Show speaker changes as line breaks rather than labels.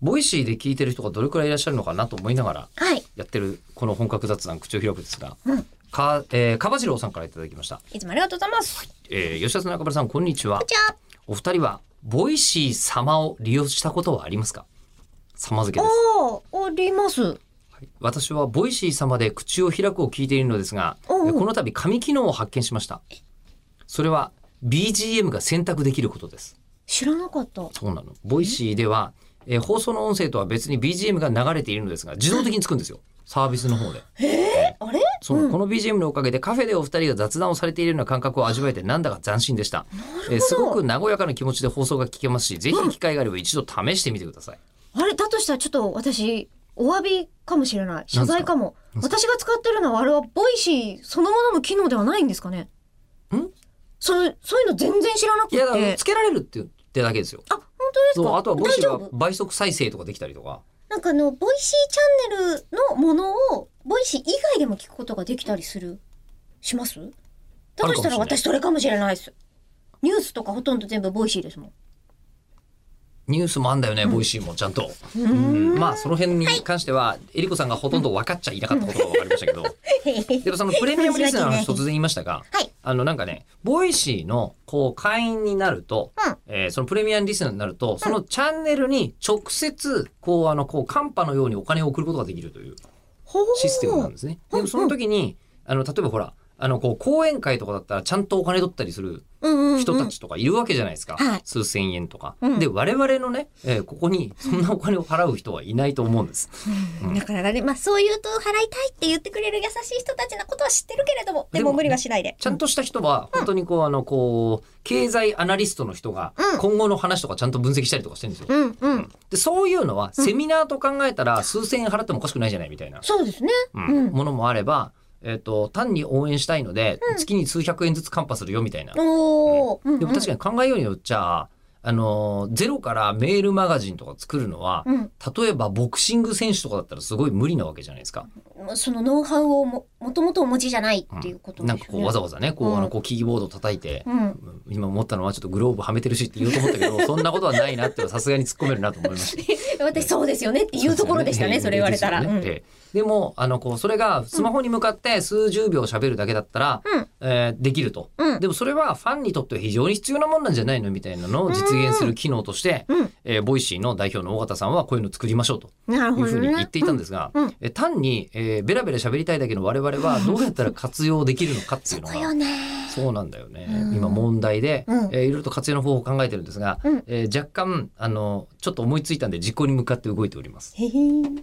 ボイシーで聞いてる人がどれくらいいらっしゃるのかなと思いながら
はい。
やってるこの本格雑談口を開くですが、
うん
か、えー、かばじろうさんからいただきました。
いつもありがとうございます。
えー、吉田さん中村さん、こんにちは。
じゃあ、
お二人は、ボイシー様を利用したことはありますか様付けです。
おー、あります。
私はボイシー様で口を開くを聞いているのですが、え
おう
ーこの度紙機能を発見しました。それは BGM が選択できることです。
知らなかった。
そうなの。ボイシーでは、えー放送の音声とは別に BGM が流れているのですが、自動的につくんですよ。サービスの方で。
あれ
そう、この BGM のおかげでカフェでお二人が雑談をされているような感覚を味わえてなんだか斬新でした。えーすごく和やかな気持ちで放送が聞けますし、ぜひ機会があれば一度試してみてください。
あれだとしたらちょっと私、お詫びかもしれない。謝罪かも。
なんす
私が使ってるのはあれはボイシーそのものの機能ではないんですかね
ん
その、そういうの全然知らなく
いや、だから
て
つ。けられるって言ってだけですよ。
あ、本当です
そう、
か
あとはボイシ
大
ー
丈
は
夫
倍速再生とかできたりとか。
なんかあの、ボイシーチャンネルのものを、ボイシー以外でも聞くことができたりする、しますだとした
あるかもしれな
ら
い
私それかもしれないです。ニュースとかほとんど全部ボイシ ーですもん。
ニュースもあんだよね、ボイシーもちゃんと。うんまあ、その辺に関しては、えりこさんがほとんど分かっちゃいなかったことが分かりましたけど。でもそのプレミアムリスナーの人突然言いましたが、
はい
あのなんかね、ボイシーのこう会員になると、
うん
えーそのプレミアムリスナーになると、そのチャンネルに直接、こうあの、こうカンパのようにお金を送ることができるという
ほう
システムなんですね。でもその時に、あの、例えばほら、あの、こう講演会とかだったらちゃんとお金取ったりする
うんうんうん
人たちとかいるわけじゃないですか。
はい
数千円とか。
うん
で、我々のね、えーここにそんなお金を払う人はいないと思うんです。
だからね、まあそういうと払いたいって言ってくれる優しい人たちのことは知ってるけれども、
で
で
も
も無理はしないで。
ちゃんとした人は、本当にこう、あの、こう、経済アナリストの人が
う、ん
今後の話とかちゃんと分析したりとかしてるんですよ。
うんうん。
で、そういうのは、セミナーと考えたら、数千円払ってもおかしくないじゃないみたいな、
そうですね。
うんものもあれば、えっと、単に応援したいので、月に数百円ずつカンパするよみたいな。で
おー。うんうん
も確かに考えようによっちゃ、あの、ゼロからメールマガジンとか作るのは、
うん
例えばボクシング選手とかだったらすごい無理なわけじゃないですか。
そのノウハウをも、もともとお持ちじゃないっていうことで
な
すよ
ん
ね。
かこうわざわざね、こう、
うん
あの、こう、キーボード叩いて、
うん。
今思ったのはちょっとグローブはめてるしって言おうと思ったけど、そんなことはないなってさすがに突っ込めるなと思いました。
私そうですよねっていうところでしたね、それ言われたら。
ですよねええでも、あの、こう、それがスマホに向かって数十秒喋るだけだったら、
うん
えーできると、
うん
でもそれはファンにとっては非常に必要なもんなんじゃないのみたいなのを実現する機能として、
うん
えーボイシーの代表の尾形さんはこういうの作りましょうと。
うんなる
いう
ほ
ふ
ど
うに
ね。
言っていたんですが、
うんうん
え単に、えーベラベラ喋りたいだけの我々はどうやったら活用できるのかっていうの
そうよ
が、
ね。
そうなんだよね。
うん
今問題で、
うん
えーいろいろと活用の方法を考えてるんですが、
うん
えー若干、あの、ちょっと思いついたんで実行に向かって動いております。
へへー